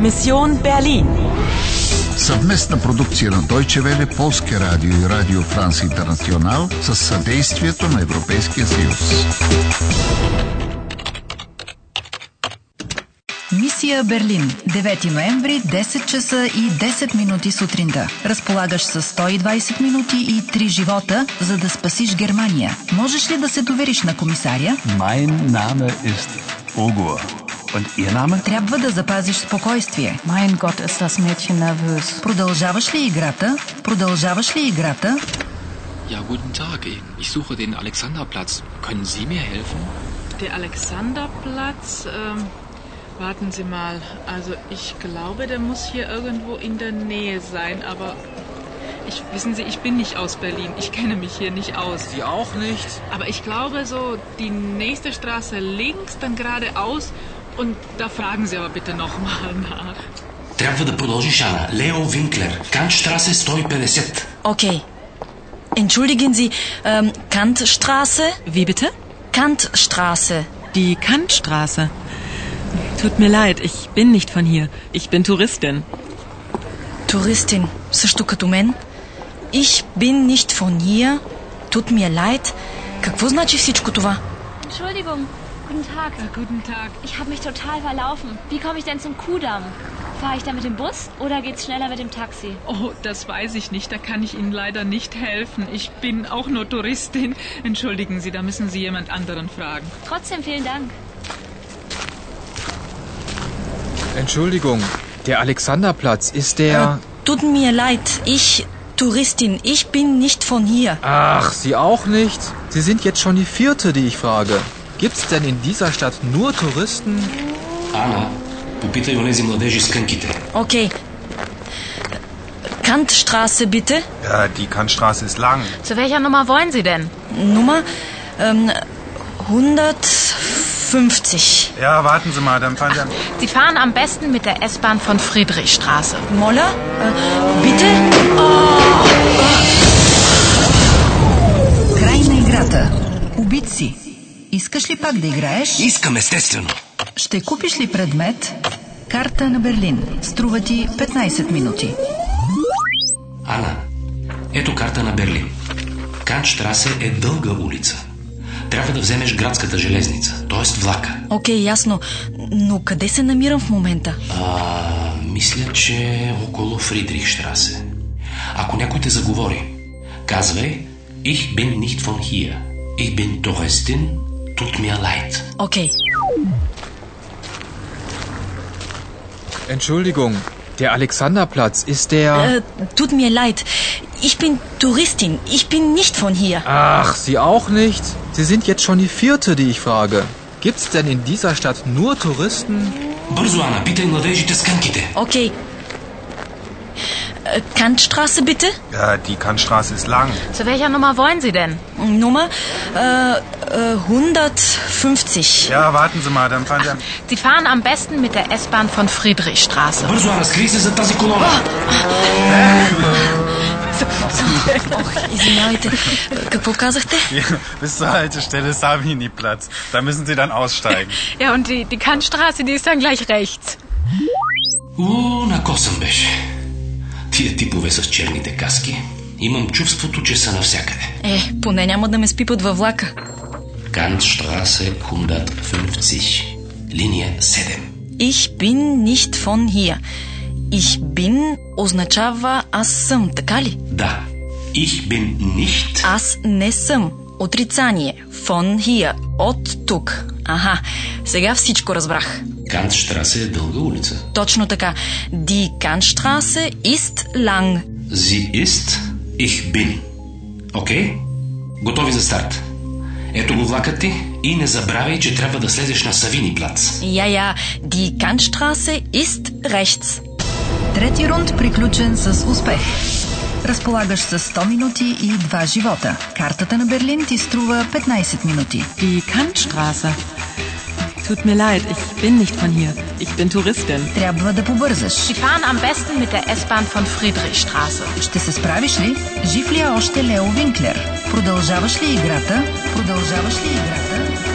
Mission Berlin. Съвместна продукция на Deutsche Welle, Полския радио и Радио Франс Интернационал с съдействието на Европейския съюз. Мисия Берлин. 9 ноември, 10 часа и 10 минути сутринта. Разполагаш с 120 минути и 3 живота, за да спасиш Германия. Можеш ли да се довериш на комисаря? Mein Name ist Ogur. Und Ihr Name? Трябва да запазиш спокойствие. Mein Gott, ist das Mädchen nervös. Продължаваш ли играта? Продължаваш ли играта? Ja, guten Tag. Ich suche den Alexanderplatz. Können Sie mir helfen? Der Alexanderplatz, ähm, warten Sie mal. Also ich glaube, der muss hier irgendwo in der Nähe sein, aber ich, wissen Sie, ich bin nicht aus Berlin. Ich kenne mich hier nicht aus. Sie auch nicht? Aber ich glaube so, die nächste Straße links, dann geradeaus und da fragen Sie aber bitte nochmal nach. Трябва да продължиш, Ана. Лео Винклер, Кантштрасе 150. Okay. Entschuldigen Sie, ähm, Kantstraße? Wie bitte? Kantstraße. Die Kantstraße. Tut mir leid, ich bin nicht von hier. Ich bin Touristin. Touristin, също като мен. Ich bin nicht von hier. Tut mir leid. Какво значи всичко това? Entschuldigung, guten Tag. Ja, guten Tag. Ich habe mich total verlaufen. Wie komme ich denn zum Kudamm? Fahre ich da mit dem Bus oder geht's schneller mit dem Taxi? Oh, das weiß ich nicht. Da kann ich Ihnen leider nicht helfen. Ich bin auch nur Touristin. Entschuldigen Sie, da müssen Sie jemand anderen fragen. Trotzdem vielen Dank. Entschuldigung, der Alexanderplatz ist der. Tut mir leid, ich Touristin, ich bin nicht von hier. Äh, Ach, Sie auch nicht? Sie sind jetzt schon die vierte, die ich frage. Gibt's denn in dieser Stadt nur Touristen? Ана, попитай онези младежи с кънките. Okay. Kantstraße bitte. Ja, die Kantstraße ist lang. Zu welcher Nummer wollen Sie denn? Nummer ähm, 150. Ja, warten Sie mal, dann fahren Sie an. Sie fahren am besten mit der S-Bahn von Friedrichstraße. Moller? Äh, bitte? Край на играта. Убит си. Искаш ли пак да играеш? Искам естествено. Ще купиш ли предмет? Карта на Берлин. Струва ти 15 минути. Ана, ето карта на Берлин. Кантштрасе е дълга улица. Трябва да вземеш градската железница, т.е. влака. Окей, ясно. Но къде се намирам в момента? А, мисля, че е около Фридрихштрасе. Ако някой те заговори, казвай Ich bin nicht von hier. Ich bin Touristin. Tut mir leid. Окей. Entschuldigung, der Alexanderplatz ist der. Äh, tut mir leid. Ich bin Touristin. Ich bin nicht von hier. Ach, Sie auch nicht? Sie sind jetzt schon die vierte, die ich frage. Gibt's denn in dieser Stadt nur Touristen? Бързо, Ана, питай младежите с кънките. Okay. Äh, Kantstraße bitte. Ja, die Kantstraße ist lang. Zu welcher Nummer wollen Sie denn? Nummer äh, äh, 150. Ja, warten Sie mal, dann fahren Sie an. Sie fahren am besten mit der S-Bahn von Friedrichstraße. Бързо, Ана, скри се за тази колона. Извинявайте. Äh, Какво казахте? Hier, bis zur Haltestelle Savini-Platz. Da müssen Sie dann aussteigen. Ja, und die, die Kantstraße, die ist dann gleich rechts. У, на косъм беше. Тия типове с черните каски. Имам чувството, че са навсякъде. Е, поне няма да ме спипат във влака. Кантштрасе 150. Линия 7. Ich bin nicht von hier. Ich bin означава аз съм, така ли? Да. Ich bin nicht. Аз не съм. Отрицание. Von here. От тук. Аха, сега всичко разбрах. Кантштрасе е дълга улица. Точно така. Die Kantstraße ist lang. Sie ist, ich bin. Окей? Готови за старт. Ето го влакът ти и не забравяй, че трябва да слезеш на Савини плац. Ja, ja, die Kantstraße ist rechts. Трети рунд приключен с успех. Разполагаш с 100 минути и 2 живота. Картата на Берлин ти струва 15 минути. Die Kantstraße. Tut mir leid, ich bin nicht von hier. Ich bin Touristin. Трябва да побързаш. Sie fahren am besten mit der S-Bahn von Friedrichstraße. Ще се справиш ли? Жив ли е още Лео Винклер? Продължаваш ли играта? Продължаваш ли играта?